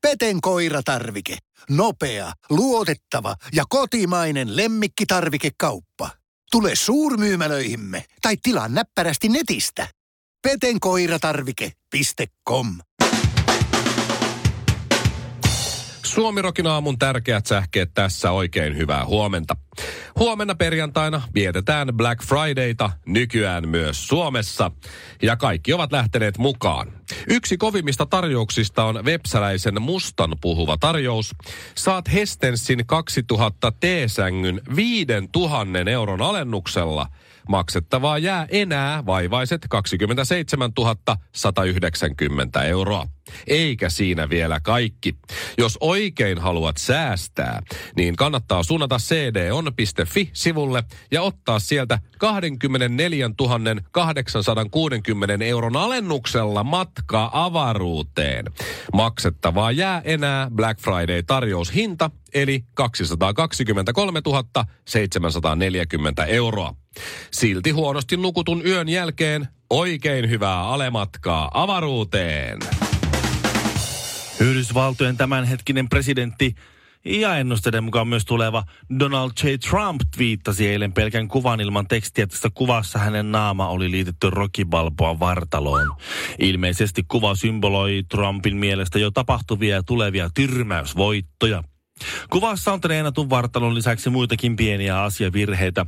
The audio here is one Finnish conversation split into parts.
Peten koiratarvike. Nopea, luotettava ja kotimainen lemmikkitarvikekauppa. Tule suurmyymälöihimme tai tilaa näppärästi netistä. petenkoiratarvike.com Suomirokin aamun tärkeät sähkeet tässä oikein hyvää huomenta. Huomenna perjantaina vietetään Black Fridayta nykyään myös Suomessa ja kaikki ovat lähteneet mukaan. Yksi kovimmista tarjouksista on vepsäläisen mustan puhuva tarjous. Saat Hestensin 2000 T-sängyn 5000 euron alennuksella. Maksettavaa jää enää vaivaiset 27 190 euroa. Eikä siinä vielä kaikki. Jos oikein haluat säästää, niin kannattaa suunnata cdon.fi-sivulle ja ottaa sieltä 24 860 euron alennuksella matkaa avaruuteen. Maksettavaa jää enää Black Friday-tarjoushinta eli 223 740 euroa. Silti huonosti nukutun yön jälkeen oikein hyvää alematkaa avaruuteen. Yhdysvaltojen tämänhetkinen presidentti ja ennusteiden mukaan myös tuleva Donald J. Trump twiittasi eilen pelkän kuvan ilman tekstiä. Tästä kuvassa hänen naama oli liitetty Rocky Balboan vartaloon. Ilmeisesti kuva symboloi Trumpin mielestä jo tapahtuvia ja tulevia tyrmäysvoittoja. Kuvassa on treenatun vartalon lisäksi muitakin pieniä asiavirheitä.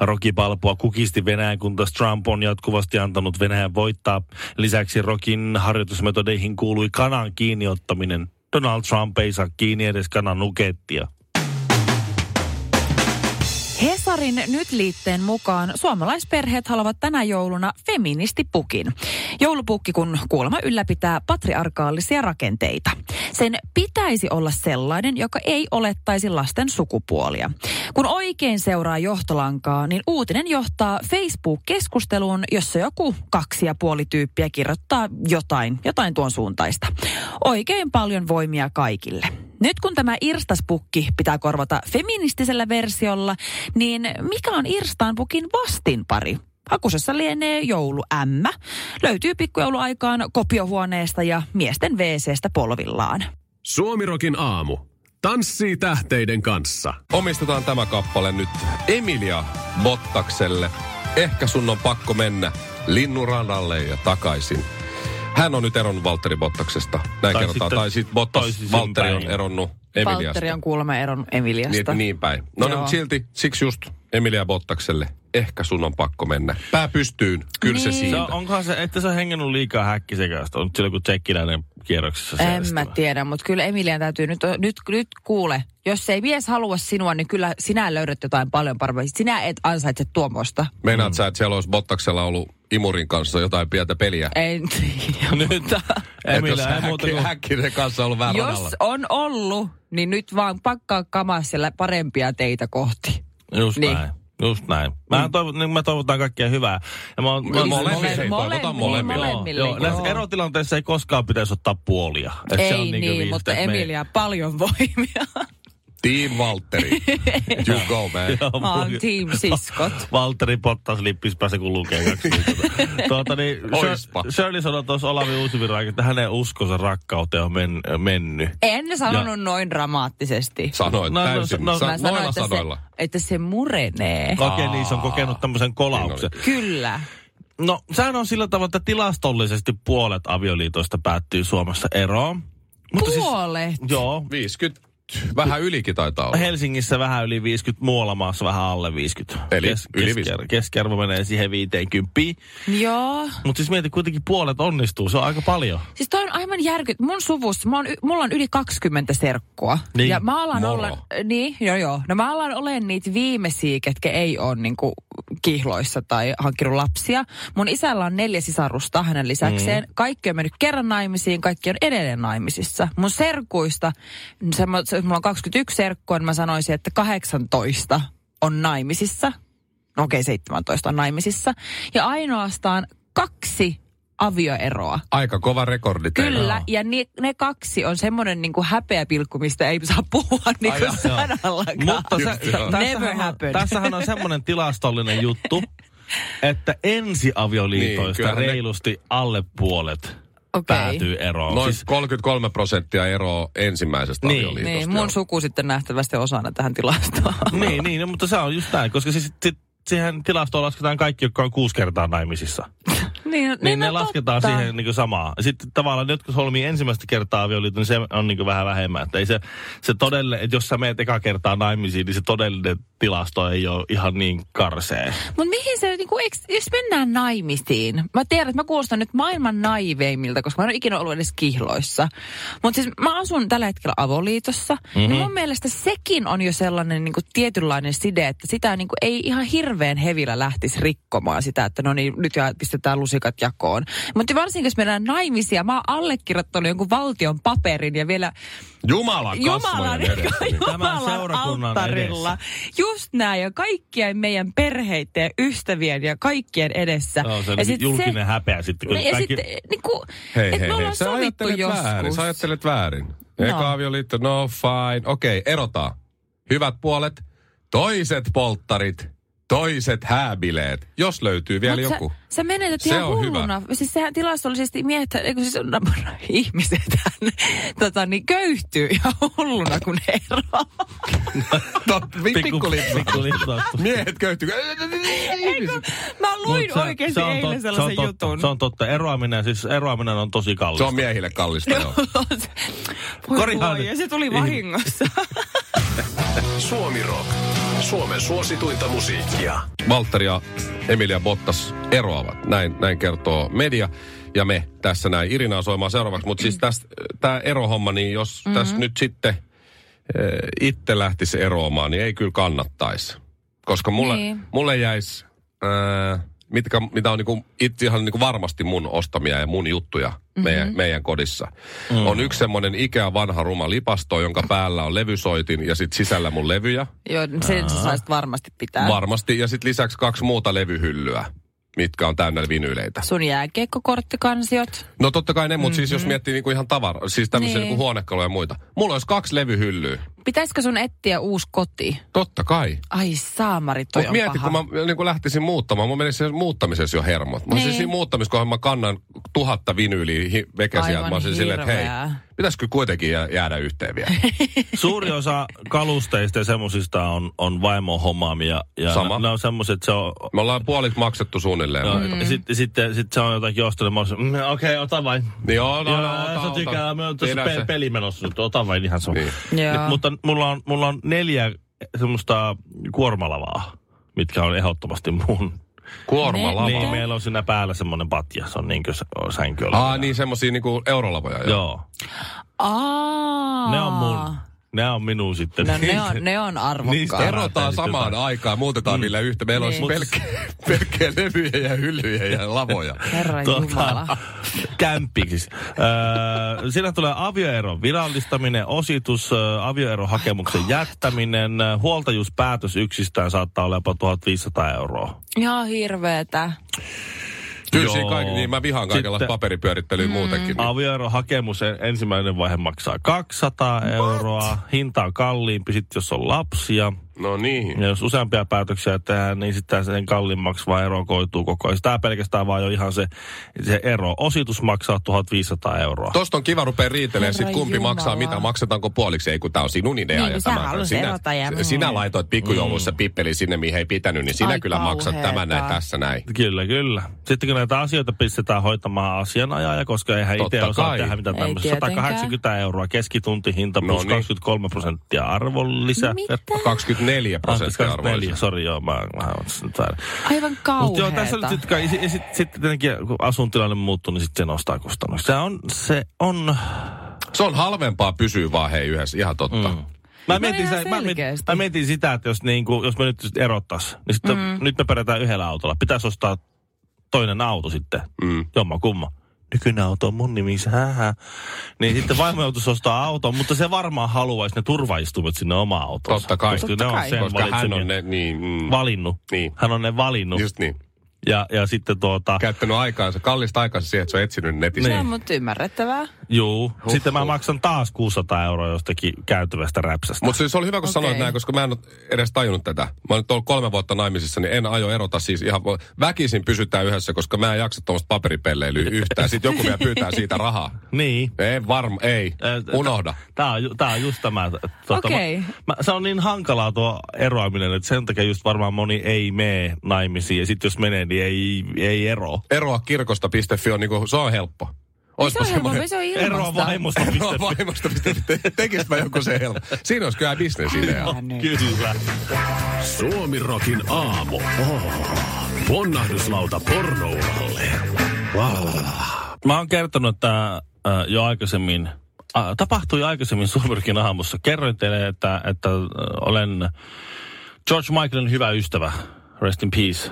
Rocky Balboa kukisti Venäjän, kun taas Trump on jatkuvasti antanut Venäjän voittaa. Lisäksi Rokin harjoitusmetodeihin kuului kanan kiinniottaminen. Donald Trump ei saa kiinni edes kanan nukettia. Hesarin nyt liitteen mukaan suomalaisperheet haluavat tänä jouluna feministipukin. Joulupukki kun kuolema ylläpitää patriarkaalisia rakenteita. Sen pitäisi olla sellainen, joka ei olettaisi lasten sukupuolia. Kun oikein seuraa johtolankaa, niin uutinen johtaa Facebook-keskusteluun, jossa joku kaksi ja puoli tyyppiä kirjoittaa jotain, jotain tuon suuntaista. Oikein paljon voimia kaikille. Nyt kun tämä irstaspukki pitää korvata feministisellä versiolla, niin mikä on irstaanpukin vastinpari? Hakusessa lienee joulu M. Löytyy pikkujouluaikaan kopiohuoneesta ja miesten wc polvillaan. Suomirokin aamu. Tanssii tähteiden kanssa. Omistetaan tämä kappale nyt Emilia Bottakselle. Ehkä sun on pakko mennä linnunradalle ja takaisin. Hän on nyt eronnut Valtteri Bottaksesta. Näin Tai tai kerrotaan. sitten- tai sitten tai Bottas, siis Valtteri on päin. eronnut Valtteri Emiliasta. on kuulemma eron Emiliasta. Niin, niin päin. No, Joo. no silti, siksi just Emilia Bottakselle. Ehkä sun on pakko mennä. Pää pystyyn, kyllä se Niin. Se siitä. on, onkohan se, että sä on hengännyt liikaa häkkisekästä? On silloin kun tsekkiläinen kierroksessa niin, En siellä mä sitten. tiedä, mutta kyllä Emilian täytyy nyt, nyt, nyt kuule. Jos ei mies halua sinua, niin kyllä sinä löydät jotain paljon parempaa. Sinä et ansaitse tuomosta. Meinaat sä, että siellä olisi Bottaksella ollut Imurin kanssa jotain pientä peliä? Ei, Nyt Että jos Emilä, ei muuta häkki, kuin... häkkinen kanssa on ollut vähän radalla. Jos on ollut, niin nyt vaan pakkaa kamaa siellä parempia teitä kohti. Just Niin. näin. Just näin. Mä, toivon, niin mä toivotan kaikkea hyvää. Ja mä oon, mä Siis oon- molemmille. mole- No, Ei, toivotan molemmille. Niin, molemmille. Joo, näissä erotilanteissa ei koskaan pitäisi ottaa puolia. Et ei se on niinku niin, viisasta, mutta et me ei- Emilia, paljon voimia. Team Valtteri. you go, man. Joo, Mä oon mulla- team siskot. Valtteri Pottas lippis päässä, kun lukee kaksi viikkoa. tuota, niin, Shir- Oispa. Shirley sanoi tuossa Olavi Uusivirraike, että hänen uskonsa rakkauteen on men, mennyt. En sanonut noin dramaattisesti. Sanoit No, no, täysin. No, no, mä Sa- Mä sanoin, noilla että se, sanoilla. että se murenee. Okei, niin se on kokenut tämmöisen kolauksen. Kyllä. No, sehän on sillä tavalla, että tilastollisesti puolet avioliitoista päättyy Suomessa eroon. Puolet? Siis, joo. 50, vähän ylikin taitaa olla. Helsingissä vähän yli 50, muualla maassa vähän alle 50. Eli yli keskiar- 50. Keskiarvo menee siihen 50. Joo. Mutta siis mieti, kuitenkin puolet onnistuu, se on aika paljon. Siis toi on aivan järkyt. Mun suvussa, mä oon, y- mulla on yli 20 serkkua. Niin, ja mä alan moro. olla, äh, niin, joo joo. No mä alan olen niitä viimeisiä, ketkä ei ole niinku kihloissa tai hankkinut lapsia. Mun isällä on neljä sisarusta hänen lisäkseen. Mm. Kaikki on mennyt kerran naimisiin, kaikki on edelleen naimisissa. Mun serkuista, se, mä- se- mulla on 21 serkkua, niin mä sanoisin, että 18 on naimisissa. No okei, 17 on naimisissa. Ja ainoastaan kaksi avioeroa Aika kova rekordi teillä. Kyllä, ja ni, ne kaksi on semmoinen niinku häpeäpilkku, mistä ei saa puhua niinku joo. sanallakaan. Mutta se, Just joo. tä- Never tässähän, on, happen. tässähän on semmoinen tilastollinen juttu, että ensiavioliitoista Niin, niin, kyllähän ne- reilusti alle puolet Okei. päätyy eroon. Noin Siis, 33 prosenttia eroa ensimmäisestä Niin. avioliitosta. Niin, mun joo. suku sitten nähtävästi osana tähän tilastoon. niin, niin, no, mutta se on just näin, koska siis, sit, siihen tilastoon lasketaan kaikki, jotka on kuusi kertaa naimisissa. niin, Niin, niin ne on lasketaan totta. siihen niin samaan. Sitten tavallaan ne, jotka solmii ensimmäistä kertaa avioliiton, niin se on niin vähän vähemmän. Että ei se, se todelle, että jos sä meet eka kertaa naimisiin, niin se todellinen tilasto ei ole ihan niin karsee. Mutta mihin se, niinku, eiks, jos mennään naimisiin, mä tiedän, että mä kuulostan nyt maailman naiveimmilta, koska mä en ole ikinä ollut edes kihloissa. Mutta siis mä asun tällä hetkellä avoliitossa, mm-hmm. niin mun mielestä sekin on jo sellainen niinku, tietynlainen side, että sitä niinku, ei ihan hirveän hevillä lähtisi rikkomaan sitä, että no niin, nyt ja pistetään lusikat jakoon. Mutta varsinkin, jos mennään naimisia, mä oon allekirjoittanut jonkun valtion paperin ja vielä Jumalan Jumalan, kasvojen edessä. niin. Tämän Jumalan seurakunnan alttarilla. Just näin, ja kaikkien meidän perheiden ja ystävien ja kaikkien edessä. Se on se, ja ja julkinen se... häpeä sitten. Kun ja kaikki... sitten, niin kuin, Hei, että hei, me hei. ollaan Sä sovittu ajattelet joskus. väärin. Sä ajattelet väärin. Eka No. avioliitto, no fine. Okei, okay, erotaan. Hyvät puolet, toiset polttarit, toiset hääbileet, jos löytyy vielä Mut joku. Sä, sä menetät Se ihan on hulluna. Siis sehän tilastollisesti miehet, eikö siis on, ihmiset tota, niin köyhtyy ihan hulluna, kun ne eroaa. Tot, vi- pikkulipsa. pikkulipsa. Miehet köyhtyy. Eikö? Mä luin Mut se- oikeasti on eilen totta, sellaisen se on totta, jutun. Se on totta. Eroaminen, siis eroaminen on tosi kallista. Se on miehille kallista, joo. Voi Korjaan. voi, ja se tuli vahingossa. Suomi Rock. Suomen suosituinta musiikkia. Valtteri ja Emilia Bottas eroavat. Näin, näin kertoo media ja me tässä näin Irinaa soimaan seuraavaksi. Mutta siis tämä erohomma, niin jos mm-hmm. tässä nyt sitten eh, itse lähtisi eroamaan, niin ei kyllä kannattaisi. Koska mulle, Niin. niin. mulle jäisi, äh, mitkä, mitä on niinku, itse ihan niinku varmasti mun ostamia ja mun juttuja mm-hmm. meidän, meidän kodissa. Mm-hmm. On yksi semmoinen ikää vanha ruma lipasto, jonka päällä on levysoitin ja sitten sisällä mun levyjä. Joo, sen sä saisit varmasti pitää. Varmasti. Ja sitten lisäksi kaksi muuta levyhyllyä, mitkä on täynnä vinyyleitä. Sun jääkiekkokorttikansiot. No totta kai ne, mutta mm-hmm. siis jos miettii niinku ihan tavara, siis tämmöisiä Mhm. Niin. niin. niinku huonekaluja ja muita. Mulla olisi kaksi levyhyllyä. Pitäisikö sun etsiä uusi koti? Totta kai. Ai saamari, toi Mutta on mieti, paha. kun mä niinku lähtisin muuttamaan, mun menisi siinä muuttamisessa jo hermot. Mä Niin. niin. siis siinä muuttamiskohan mä kannan tuhatta vinyyliä hi- vekesiä. Aivan Mä olisin silleen, että hei, hirveää. pitäisikö kuitenkin jää- jäädä yhteen vielä? Suuri osa kalusteista ja semmosista on, on vaimon homaamia. Ja Sama. Ne, ne on semmoset, se on... Me ollaan puoliksi maksettu suunnilleen. No, No. mm. Sitten sit, sit se on jotakin ostanut. Mä olisin, mm, okei, okay, ota vain. Niin joo, no, Joo, no, ota, sä ota. tykkää, me on tässä Tiedän pe- se. peli menossa nyt, ota vain ihan sun. Niin. Joo. Nyt, mutta mulla on, mulla on neljä semmoista kuormalavaa, mitkä on ehdottomasti mun. Kuormalava. Niin, meillä on siinä päällä semmoinen patja, se on niinkö s- sänky oli. Aa, niin semmosia niinku eurolavoja. Joo. Joo, Aa. ne on mun. Niin. Ne on minun sitten. No ne on, ne on Niistä arvokkaat. ero- Siis Erotaan Sitten samaan jotain. aikaan, Mm. muutetaan niillä yhtä. Meillä olisi Niin. pelkkiä, pelkkiä levyjä ja hyllyjä ja lavoja. Herra Tuota, Tota- Jumala. kämppiksi. Öö, siinä tulee avioeron virallistaminen, ositus, öö, avioerohakemuksen jättäminen, öö, huoltajuuspäätös yksistään saattaa olla jopa 1500 euroa. Ihan hirveetä. Kyllä Joo. siinä kaikki, niin mä vihaan kaikenlaista Sitten- paperipyörittelyä Mm. muutenkin. Avioerohakemus en- ensimmäinen vaihe maksaa 200 euroa, hinta on kalliimpi sitten jos on lapsia. No niin. Ja jos useampia päätöksiä tehdään, niin sitten sen kalliimmaksi vaan ero koituu koko ajan. Tämä pelkästään vaan jo ihan se, se ero. Ositus maksaa 1500 euroa. Tosta on kiva rupea riitelemään, sit Herra kumpi Jumala. maksaa mitä, maksetaanko puoliksi, ei kun tää on sinun idea. Niin, ja sä tämä- halusit erota ja- sinä, sinä laitoit pikkujoulussa Mm. pippeli sinne, mihin ei pitänyt, niin sinä Ai kyllä maksat kauheeta. tämän näin tässä näin. Kyllä, kyllä. Sitten kun näitä asioita pistetään hoitamaan asianajaja, koska eihän Totta itse osaa kai. tehdä mitään Ei tämmöistä. tietenkään. 180 euroa keskituntihinta No plus niin. 23 prosenttia arvonlisä. Mitä? 24 Ah, prosenttia 24, arvoisa. sori joo, mä, mä oon nyt väärin. Aivan Mutta kauheeta. joo, tässä nyt sitten kai- ja sit, ja sit, sitten tietenkin, kun asuntilanne muuttuu, niin sitten se nostaa kustannuksia. Se on, se on Se on halvempaa pysyä vaan hei yhdessä, ihan totta. Mä No mietin, ihan sitä, mä, mietin, selkeästi. mä mietin sitä, että jos, niin kuin, jos me nyt erottais, niin sitten mm. nyt me pärjätään yhdellä autolla. Pitäisi ostaa toinen auto sitten, mm. jomma kumma. Nykyinen auto on mun nimissä, hähä. Niin sitten vaimo joutuisi ostaa auton, mutta se varmaan haluaisi ne turvaistumet sinne omaan autoon. Totta kai. Koska Totta ne on kai. sen Koska hän valitsemia- on ne, niin, mm, valinnut. Niin. Hän on ne valinnut. just niin. Ja, ja sitten tuota... Käyttänyt aikaansa, kallista aikaansa siihen, että se on etsinyt netistä. Niin. Se on mut ymmärrettävää. Juu. Huh, sitten mä huh. maksan taas 600 euroa jostakin käytävästä räpsästä. Mutta siis oli hyvä, kun okay. sanoit Okei. näin, koska mä en ole edes tajunnut tätä. Mä oon nyt ollut kolme vuotta naimisissa, niin en aio erota siis ihan... Väkisin pysytään yhdessä, koska mä en jaksa tuommoista paperipelleilyä yhtään. Sitten joku vielä pyytää siitä rahaa. Niin. Ei varma, ei. Äh, Unohda. Tämä on, ju- tää on just tämä. Tuota, Okei. mä, mä, se on niin hankalaa tuo eroaminen, että sen takia just varmaan moni ei mene naimisiin. Ja sitten jos menee, niin ei, ei ero. Eroa kirkosta.fi on niinku, se on helppo. Se on helpompi, se on Eroa ilmasta. vaimosta. Eroa vaimosta. Tekisit mä joku se helppo. Siinä olisi kyllä bisnesidea. Kyllä. Suomirokin aamu. Oh. Ponnahduslauta pornouralle. Mä oon kertonut, että äh, jo aikaisemmin, äh, tapahtui aikaisemmin Suomerkin aamussa. Kerroin teille, että, että äh, olen George Michaelin hyvä ystävä. Rest in peace.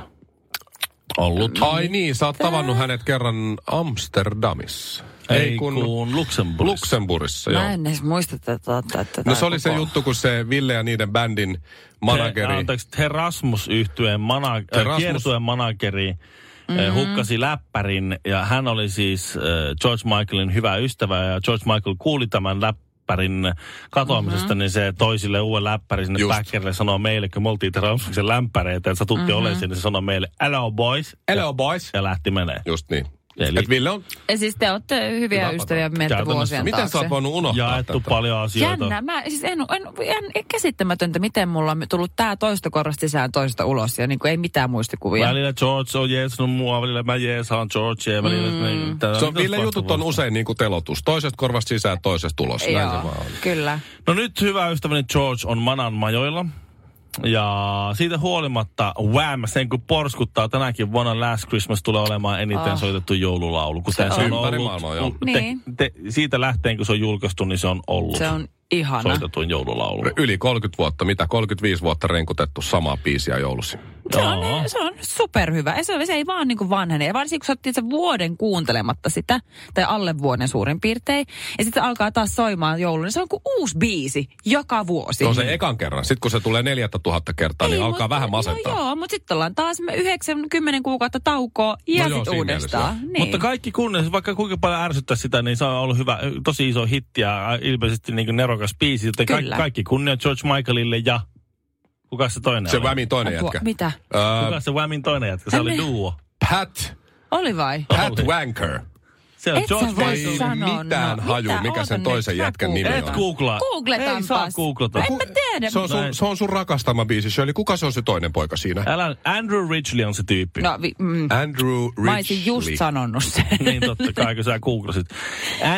Ollut. Ai niin, sä oot tavannut hänet kerran Amsterdamissa. Ei kun Luxemburgissa. Luxemburgissa, joo. Mä en edes muista tätä. tätä- tätä No se oli se koko- juttu, kun se Ville ja niiden bändin He, manageri... anteeksi, Erasmus yhtyeen mana, Erasmus. äh, kiertueen manageri mm-hmm. hukkasi läppärin ja hän oli siis äh, George Michaelin hyvä ystävä ja George Michael kuuli tämän läppärin katoamisesta, mm-hmm. niin se toi sille uuden läppärin sinne Just. backerille sanoo meille, kun me oltiin Erasmuksen lämpäreitä ja satutti mm-hmm. olemaan siinä, se sanoi meille, hello boys, Hello boys. ja lähti menee. Just niin. Eli- Eli... Et Ville on... Ja siis te olette hyviä Napataan. ystäviä, menette Käytännössä. vuosien Miten sä taakse. oot voinut unohtaa Jaettu tätä? paljon asioita. Jännä. Mä, siis en, en, en, käsittämätöntä, miten mulla on tullut tää toista korvasta sisään toista ulos ja niin kuin ei mitään muistikuvia. Välillä George on jeesannut mua, välillä mä jeesaan George ja välillä... Mm. Niin, tää Se on, Ville jutut on vaihtuvuutta. usein niin kuin telotus. Toisesta korvasta sisään, toisesta ulos. Näin se Joo, vaan on. kyllä. No nyt hyvä ystäväni George on manan majoilla. Ja siitä huolimatta Wham! sen kun porskuttaa tänäkin vuonna Last Christmas tulee olemaan eniten Ah. soitettu joululaulu. Kuten Se se on on. Ympäri ollut, maailmaa, joo. te, Niin. te, siitä lähtien kun se on julkaistu, niin se on ollut Se on ihana. Niin. soitetuin joululaulu. Yli 30 vuotta, mitä 35 vuotta renkutettu samaa biisiä joulusi. Se Joo. on, se on superhyvä. Ja se, se ei vaan niin vanhene. Ja varsinkin kun sä oot se vuoden kuuntelematta sitä, tai alle vuoden suurin piirtein, ja sitten alkaa taas soimaan joulun, niin se on kuin uusi biisi joka vuosi. Se on se ekan kerran. Sitten kun se tulee 4000 kertaa, niin Ei, alkaa mutta- vähän masentaa. No joo, mutta sitten ollaan taas me 9-10 kuukautta taukoa ja No no joo, sitten siinä mielessä uudestaan. joo. Niin. Mutta kaikki kunnes, vaikka kuinka paljon ärsyttää sitä, niin se on ollut hyvä, tosi iso hitti ja ilmeisesti niin kuin nerokas biisi. Joten kaikki, Kyllä. kaikki kunnia George Michaelille ja... Kuka se toinen Se oli? Whamin toinen Apua, jätkä. Mitä? Öö, Kuka se Whamin toinen jätkä? Se oli duo. Pat, Oli vai? Pat Oli. Wanker. Se on Et George sä voi Michael. sanoa. No, mitään no, haju, mitä? mikä sen Oota toisen nyt, sä jätkän nimi Et on. googlataan. googlaa. Googletaanpas. Ei saa googlata. No, en mä tiedä. Se on, sun, Näin. se on sun rakastama biisi, Shirley. Kuka se on se toinen poika siinä? Älä, Andrew Ridgely on se tyyppi. No, vi, mm, Andrew Ridgely. mä olisin just sanonut sen. Niin totta kai, kun sä googlasit.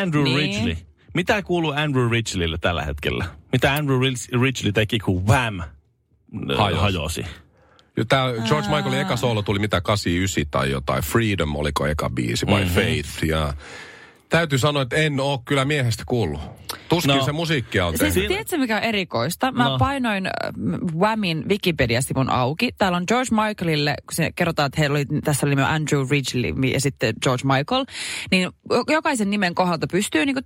Andrew Niin. Ridgely. Mitä kuuluu Andrew Ridgelylle tällä hetkellä? Mitä Andrew Rid- Ridgely teki, kun Wham ö, Hajosi. hajosi? Ja Tää George Michaelin eka soolo tuli mitä 89 tai jotain. Freedom oliko eka biisi vai Mhm. mm-hmm. Faith. Ja täytyy sanoa, että en oo kyllä miehestä kuullut. Tuskin No. no. se musiikkia on Siis tehnyt. Siinä- tiedätkö mikä on erikoista? Mä No. no. painoin äh, Whamin Wikipedia-sivun auki. Täällä on George Michaelille, kun se kerrotaan, että heillä oli, tässä oli myös Andrew Ridgely ja sitten George Michael, niin jo- jokaisen nimen kohdalta pystyy niinku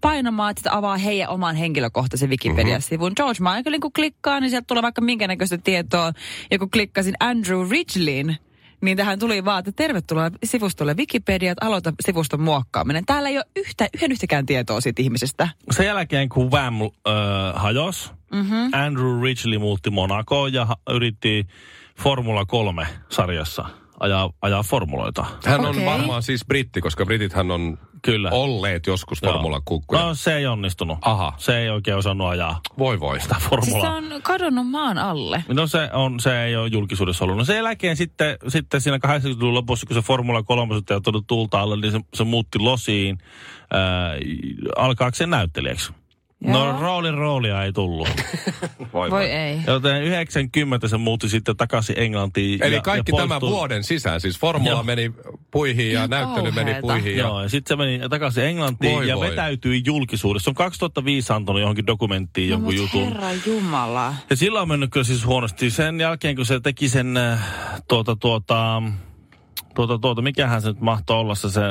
painamaan, että sitä avaa heidän oman henkilökohtaisen Wikipedia-sivun. George Michaelin kun klikkaa, niin sieltä tulee vaikka minkä näköistä tietoa. Ja kun klikkasin Andrew Ridgeleyin, niin tähän tuli vaan, että tervetuloa sivustolle Wikipedia, että aloita sivuston muokkaaminen. Täällä ei ole yhtä, yhden yhtäkään tietoa siitä ihmisestä. Sen jälkeen, kun Wham ö, hajosi, mm-hmm. Mhm. Andrew Ridgely muutti Monakoon ja ha- yritti Formula 3-sarjassa ajaa, ajaa formuloita. Hän on Okei. varmaan siis britti, koska britithän on Kyllä. olleet joskus Joo. formula kukkuja. No se ei onnistunut. Aha. Se ei oikein osannut ajaa Voi voi. Siis se formulaa. on kadonnut maan alle. No se, on, se ei ole julkisuudessa ollut. No sen jälkeen sitten, sitten siinä 80-luvun lopussa, kun se Formula 3 sitten on tullut tuulta alle, niin se, se muutti losiin ää, alkaakseen näyttelijäksi. No Joo. roolin roolia ei tullut. voi, Voi ei. Joten 90 se muutti sitten takaisin Englantiin. Eli ja, kaikki ja tämän poistui- vuoden sisään. Siis formula Joo. meni puihin ja Ihan näyttely meni kauheeta. puihin. Ja... Joo, ja sitten se meni takaisin Englantiin Voi ja voi. vetäytyi julkisuudessa. Se on 2005 antanut johonkin dokumenttiin No, jonkun mut jutun. Herra Jumala. Ja sillä on mennyt kyllä siis huonosti. Sen jälkeen, kun se teki sen äh, tuota tuota... Tuota, tuota, mikähän se nyt mahtoi olla se, se äh,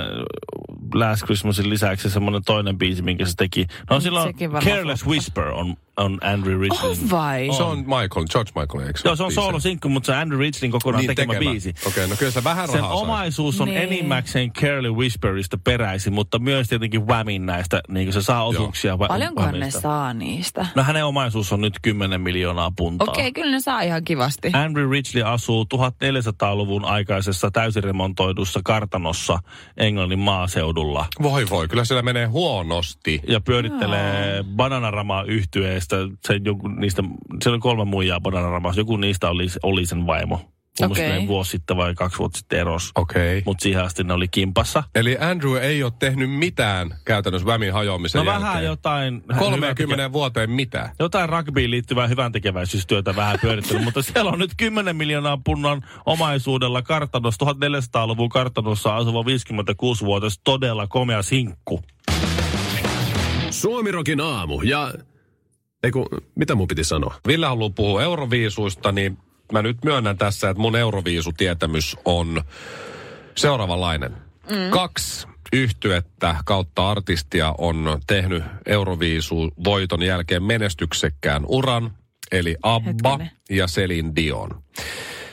Last Christmasin lisäksi semmoinen toinen biisi, minkä se teki. No silloin sekin varmaan Careless floppasi. Whisper on on Andrew Oh Ridgelin. vai? Se on Michael, George Michael, eikö Joo, se on biisi? soolosinkku, mutta se on Andrew Ridgelin kokonaan niin, tekemä, biisi. Okei, okay, no kyllä se vähän Sen rahaa sai. omaisuus on Niin. enimmäkseen Curly Whisperista peräisin, mutta myös tietenkin Whamin näistä, niin kuin se saa osuuksia. Wha- Paljonkohan ne Whamista. saa niistä? No hänen omaisuus on nyt 10 miljoonaa puntaa. Okei, okay, kyllä ne saa ihan kivasti. Andrew Ridgely asuu 1400-luvun aikaisessa täysiremontoidussa kartanossa Englannin maaseudulla Voi voi, kyllä siellä menee huonosti. ja pyörittelee no. Bananaramaa yhtyeestä. Se, joku niistä, siellä on kolme muijaa Bananaramaa. Joku niistä oli, oli sen vaimo. Mun Okei. okay. vuosi sitten vai kaksi vuotta sitten eros. Okei. Okay. Mutta siihen asti ne oli kimpassa. Eli Andrew ei ole tehnyt mitään käytännössä Whamin hajoamisen No jälkeen. vähän jotain... hyvää 30 vuoteen mitään. jotain rugbyin liittyvää hyvän tekeväisyystyötä vähän pyörittänyt, mutta siellä on nyt 10 miljoonaa punnan omaisuudella kartanossa, 1400-luvun kartanossa asuva 56-vuotias todella komea sinkku. Suomirokin aamu ja... Eiku, mitä mun piti sanoa? Ville haluaa puhua euroviisuista, niin mä nyt myönnän tässä, että mun euroviisutietämys on seuraavanlainen. Mm. Kaksi yhtyettä kautta artistia on tehnyt euroviisu voiton jälkeen menestyksekkään uran, eli Abba Hetkinen. ja Selin Dion.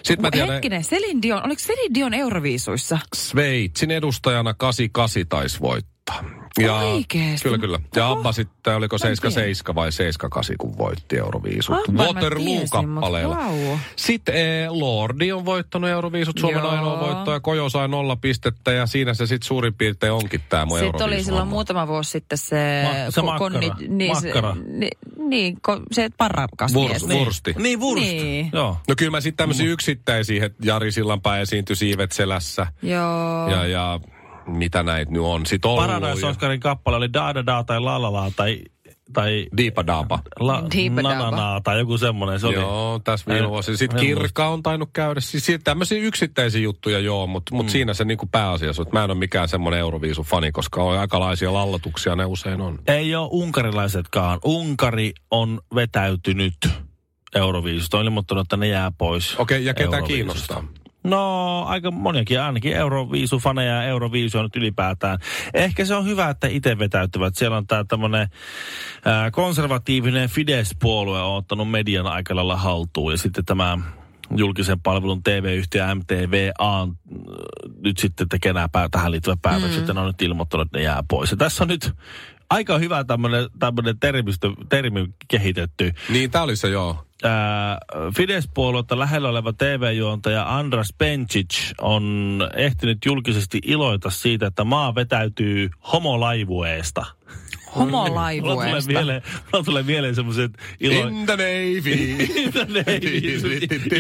Sitten mä tiedän, Hetkinen, Selin Dion, oliko Selin Dion Euroviisuissa? Sveitsin edustajana 88 taisi voittaa. Oikeesti? Kyllä, kyllä. Ja Oho. Abba sitten, oliko Mä en 77 vai 78, kun voitti Euroviisut. Abban mä Waterloo-kappaleella. tiesin, mut vau. Sitten eh, Lordi on voittanut Euroviisut, Suomen Joo. ainoa voitto, ja Kojo sai nolla pistettä, ja siinä se sitten suurin piirtein onkin tämä mun Sitten oli silloin Euroviisuhomma. muutama vuosi sitten se... Ma- se ko- makkara. niin, se, Makkara. niin, niin, ko- se parrakas Vurs, mies. Vursti. Niin, wurst. Niin. Joo. No kyllä mä sitten tämmöisiä yksittäisiä, että Jari Sillanpää esiintyi Siivet selässä, Joo. ja, ja mitä näitä nyt on. Sitten Oulu Paradise ja Oscarin kappale oli Da Da Da tai La La La tai, tai Diipa Daapa. La, Diipa na, na, Daba. na, tai joku semmoinen se oli. Joo, tässä viime En- vuosi. Sitten en kirkka on tainnut käydä. Siis si- tämmöisiä yksittäisiä juttuja joo, mutta Mm. mut siinä se niinku pääasiassa. on, että Mä en ole mikään semmoinen Euroviisu-fani, koska on aikalaisia lallatuksia ne usein on. Ei ole unkarilaisetkaan. Unkari on vetäytynyt Euroviisusta. On ilmoittanut, että ne jää pois. Okei, okay, ja ketä Euroviisusta. kiinnostaa? No, aika moniakin, ainakin Euroviisufaneja ja Euroviisua nyt ylipäätään. Ehkä se on hyvä, että itse vetäytyvät. Siellä on tämä tämmöinen Äh, konservatiivinen Fidesz-puolue on ottanut median aika lailla haltuun. Ja sitten tämä julkisen palvelun TV-yhtiö MTVA on äh, nyt sitten tekee nämä pää- tähän liittyvät päätökset mm. ja ne on nyt ilmoittanut, että ne jää pois. Ja tässä on nyt aika hyvä tämmöinen termistö, termi kehitetty Niin, tää oli se joo. ää, Fidesz-puoluetta lähellä oleva TV-juontaja Andras Bencic on ehtinyt julkisesti iloita siitä, että maa vetäytyy homolaivueesta. Mulla tulee Homolaivueesta. mieleen, mulla tulee mieleen semmoiset ilo... In the Navy.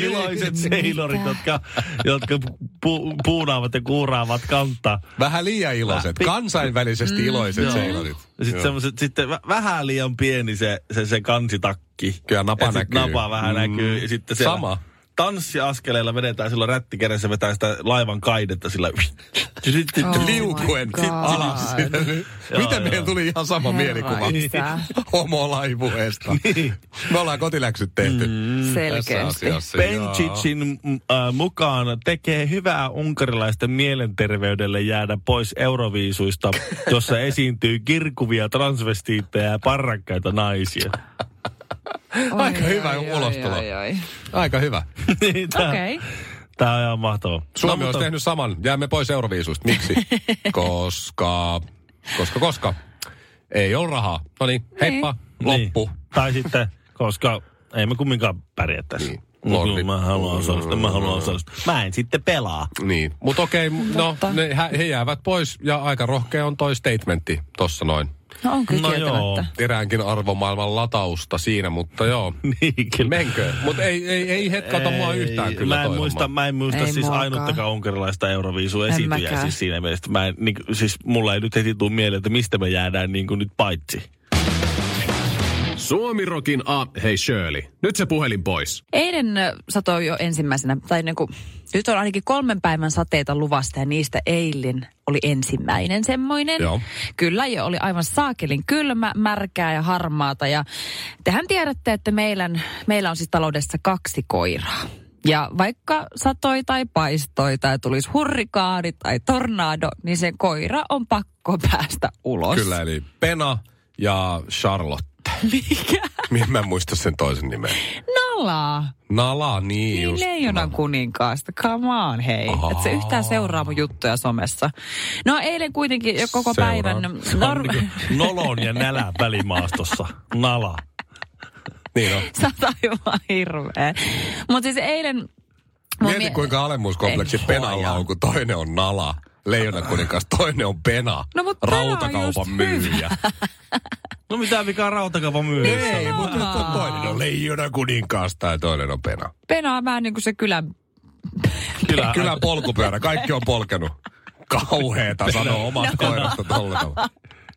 iloiset seilorit, jotka, jotka pu, puunaavat ja kuuraavat kantaa. Vähän liian iloiset. Kansainvälisesti iloiset Mm, Joo. seilorit. Ja Sitten, Joo. semmoset, sitten vä- vähän liian pieni se, se, se kansitakki. Kyllä napa Ja sit näkyy. Napa vähän Mm. mm. näkyy. Ja sitten siellä Sama. Tanssiaskeleilla vedetään silloin rättikädessä, vetää sitä laivan kaidetta sillä. Ja sitten Oh my Liukuen God. alas. Joo, Miten joo. meillä tuli ihan sama Herra mielikuva? isä. Homolaivueesta. Niin. Me ollaan kotiläksyt tehty. Mm. Tässä Selkeästi. asiassa, joo. Benchicin mm, äh, mukaan tekee hyvää unkarilaisten mielenterveydelle jäädä pois euroviisuista, jossa esiintyy kirkuvia transvestiittejä ja parrakkaita naisia. Oi, Aika hyvä oi, oi, ulostulo. oi, oi. Aika hyvä. Niin, tää- Okei. Tää on ihan mahtavaa. Suomi No, no, mutta- olisi tehnyt saman. Jäämme pois Euroviisusta. Miksi? koska, koska, koska. Ei ole rahaa. No niin, heippa, loppu. Niin. Tai sitten, koska ei me kumminkaan pärjää tässä. Niin. Niin. Lordi. Mä haluan osallistua, mä haluan osallistua. Mä en sitten pelaa. Niin. niin. Mutta okei, m- no Totta. ne, hä- he jäävät pois ja aika rohkea on toi statementti tossa noin. No on kyllä No joo. kieltämättä. Eräänkin arvomaailman latausta siinä, mutta joo. Niin, kyllä. Menkö? Mutta ei, ei, ei hetkata mua Ei, yhtään kyllä mä en toi muista, homma. mä en muista Ei siis muakaan. ainuttakaan unkarilaista euroviisun esiintyjää mäkään. siis siinä mielessä. Mä en, niin, kuin- siis mulla ei nyt heti tule mieleen, että mistä me jäädään niin kuin nyt paitsi. Suomirokin aamu... Hei Shirley, nyt se puhelin pois. Eilen ö, satoi jo ensimmäisenä, tai niin kuin, nyt on ainakin kolmen päivän sateita luvasta ja niistä eilen oli ensimmäinen semmoinen. Joo. Kyllä jo oli aivan saakelin kylmä, märkää ja harmaata ja tehän tiedätte, että meidän, meillä on siis taloudessa kaksi koiraa. Ja vaikka satoi tai paistoi tai tulisi hurrikaani tai tornado, niin sen koira on pakko päästä ulos. Kyllä, eli Pena ja Charlotte. Mikä? Minä Niin, mä en muista sen toisen nimen. Nalaa. Nala, niin, Niin just. leijonan kuninkaasta. Come on, hei. Ahaa. Et se yhtään seuraa mun juttuja somessa. No eilen kuitenkin jo koko Seuraa. päivän... Se on Nor- niin nolon ja nälän välimaastossa. Nala. Niin on. Sä oot aivan hirveä. Mutta siis eilen... mun Mieti, mie- kuinka alemmuuskompleksi En penalla on, kun toinen on nala. Leijonan kuningas, toinen on pena. No, mut Pena on Rautakaupan just myyjä. No mitä vikaa rautakaupan myynnissä? Ei, mutta nyt on toinen on leijonan kuninkaasta ja toinen on pena. Pena on vähän niin kuin se kylän... Kyllä, kyllä polkupyörä, kaikki on polkenut. Kauheeta sanoo omat No. koirasta tolla tavalla.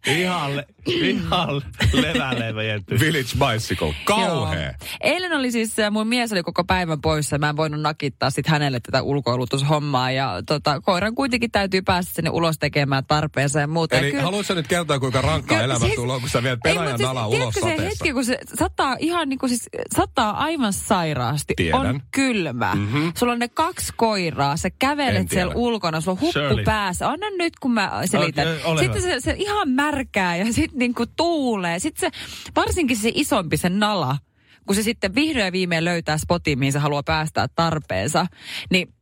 Ihan, le- ihan le- leväleiväjenty. Village bicycle, kauhea. Joo. Eilen oli siis, äh, mun mies oli koko päivän poissa ja mä en voinut nakittaa sit hänelle tätä ulkoilutushommaa. Ja tota, koiran kuitenkin täytyy päästä sinne ulos tekemään tarpeensa ja muuta. ja Eli haluatko sä nyt kertoa, kuinka rankkaa Kyllä, elämä siis- tulee, kun sä viet Ei, pena ja mut siis nala ulos tiedätkö se sateessa? hetki, kun se sataa ihan niin kuin siis, sataa aivan sairaasti. Tiedän. Mhm. On kylmä. Mm-hmm. Sulla on ne kaksi koiraa, sä En kävelet tiedä. siellä ulkona, sulla on huppu Shirley. päässä. Anna nyt, kun mä selitän. Okei, ole sitten se, se, ihan märkää ja sitten niinku tuulee. Sitten se, varsinkin se isompi, se nala, kun se sitten vihdoin ja viimein löytää spotin, mihin se haluaa päästää tarpeensa, niin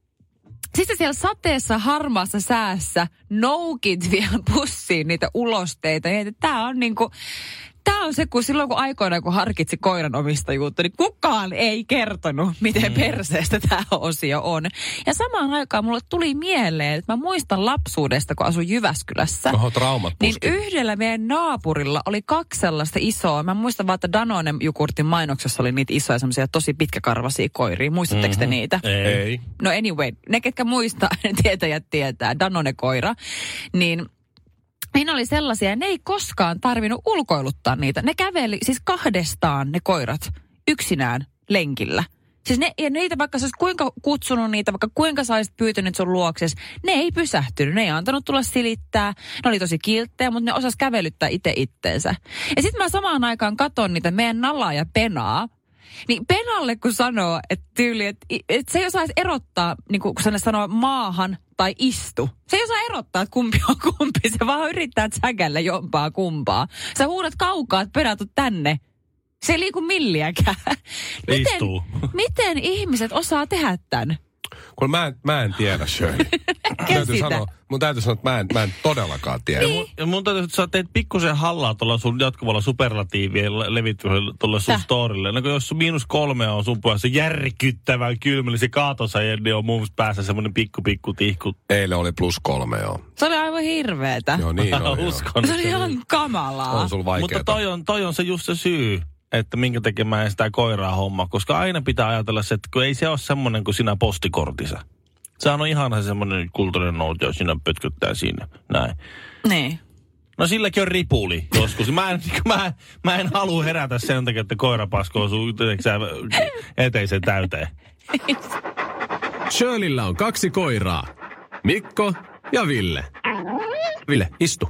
sitten siellä sateessa, harmaassa säässä noukit vielä pussiin niitä ulosteita. Niin, että tämä on niinku, Tämä on se, kun silloin kun aikoinaan kun harkitsi koiran omistajuutta, niin kukaan ei kertonut, miten mm. perseestä tämä osio on. Ja samaan aikaan mulle tuli mieleen, että mä muistan lapsuudesta, kun asuin Jyväskylässä. Oho, traumat Niin puski. yhdellä meidän naapurilla oli kaksi sellaista isoa. Mä muistan vaan, että Danonen jogurtin mainoksessa oli niitä isoja semmoisia tosi pitkäkarvasia koiria. Muistatteko mm-hmm. te niitä? Ei. No anyway, ne ketkä muistaa, ne tietäjät tietää, Danone koira, niin niin oli sellaisia, ne ei koskaan tarvinnut ulkoiluttaa niitä. Ne käveli siis kahdestaan ne koirat yksinään lenkillä. Siis ne, ja niitä vaikka sä olisit kuinka kutsunut niitä, vaikka kuinka sä olisit pyytänyt sun luokses, ne ei pysähtynyt, ne ei antanut tulla silittää. Ne oli tosi kilttejä, mutta ne osas kävelyttää itse itteensä. Ja sitten mä samaan aikaan katon niitä meidän nalaa ja penaa, niin Penalle kun sanoo, että tyyli, että et se ei osaisi erottaa, niin kun, kun se sanoo maahan tai istu. Se ei osaa erottaa, että kumpi on kumpi. Se vaan yrittää säkällä jompaa kumpaa. Sä huudat kaukaa, että Pena, tuu tänne. Se ei liiku milliäkään. Miten, Istuu. miten ihmiset osaa tehdä tämän? Kun mä en, mä en tiedä, Shirley. Mun täytyy sitä. Niin. sanoa, mun täytyy sanoa, että mä en, mä en todellakaan tiedä. Ja mun, ja mun täytyy, että sä teet pikkusen hallaa tuolla sun jatkuvalla superlatiivien le- levittämisellä tuolle sun Täh. storille. No kun jos sun miinus kolme on sun päässä järkyttävän kylmällä, se kaatossa ja niin on mun päässä semmoinen pikku pikku tihku. Eilen oli plus kolme, joo. Se oli aivan hirveetä. Joo, niin Mä oli, joo. uskon. Se oli että- ihan kamalaa. On sulla vaikeeta. Mutta toi on, toi on se just se syy, että minkä takia mä en sitä koiraa hommaa. Koska aina pitää ajatella se, että kun ei se ole semmoinen kuin sinä postikortissa. Sehän on ihan semmoinen kulttuurinen noutio, sinä pötköttää siinä. Näin. Niin. No silläkin on ripuli joskus. Mä en, mä, mä en halua herätä sen takia, että koira paskoo sun tiedätkö sä, eteisen täyteen. Shirleyllä on kaksi koiraa. Mikko ja Ville. Ville, istu.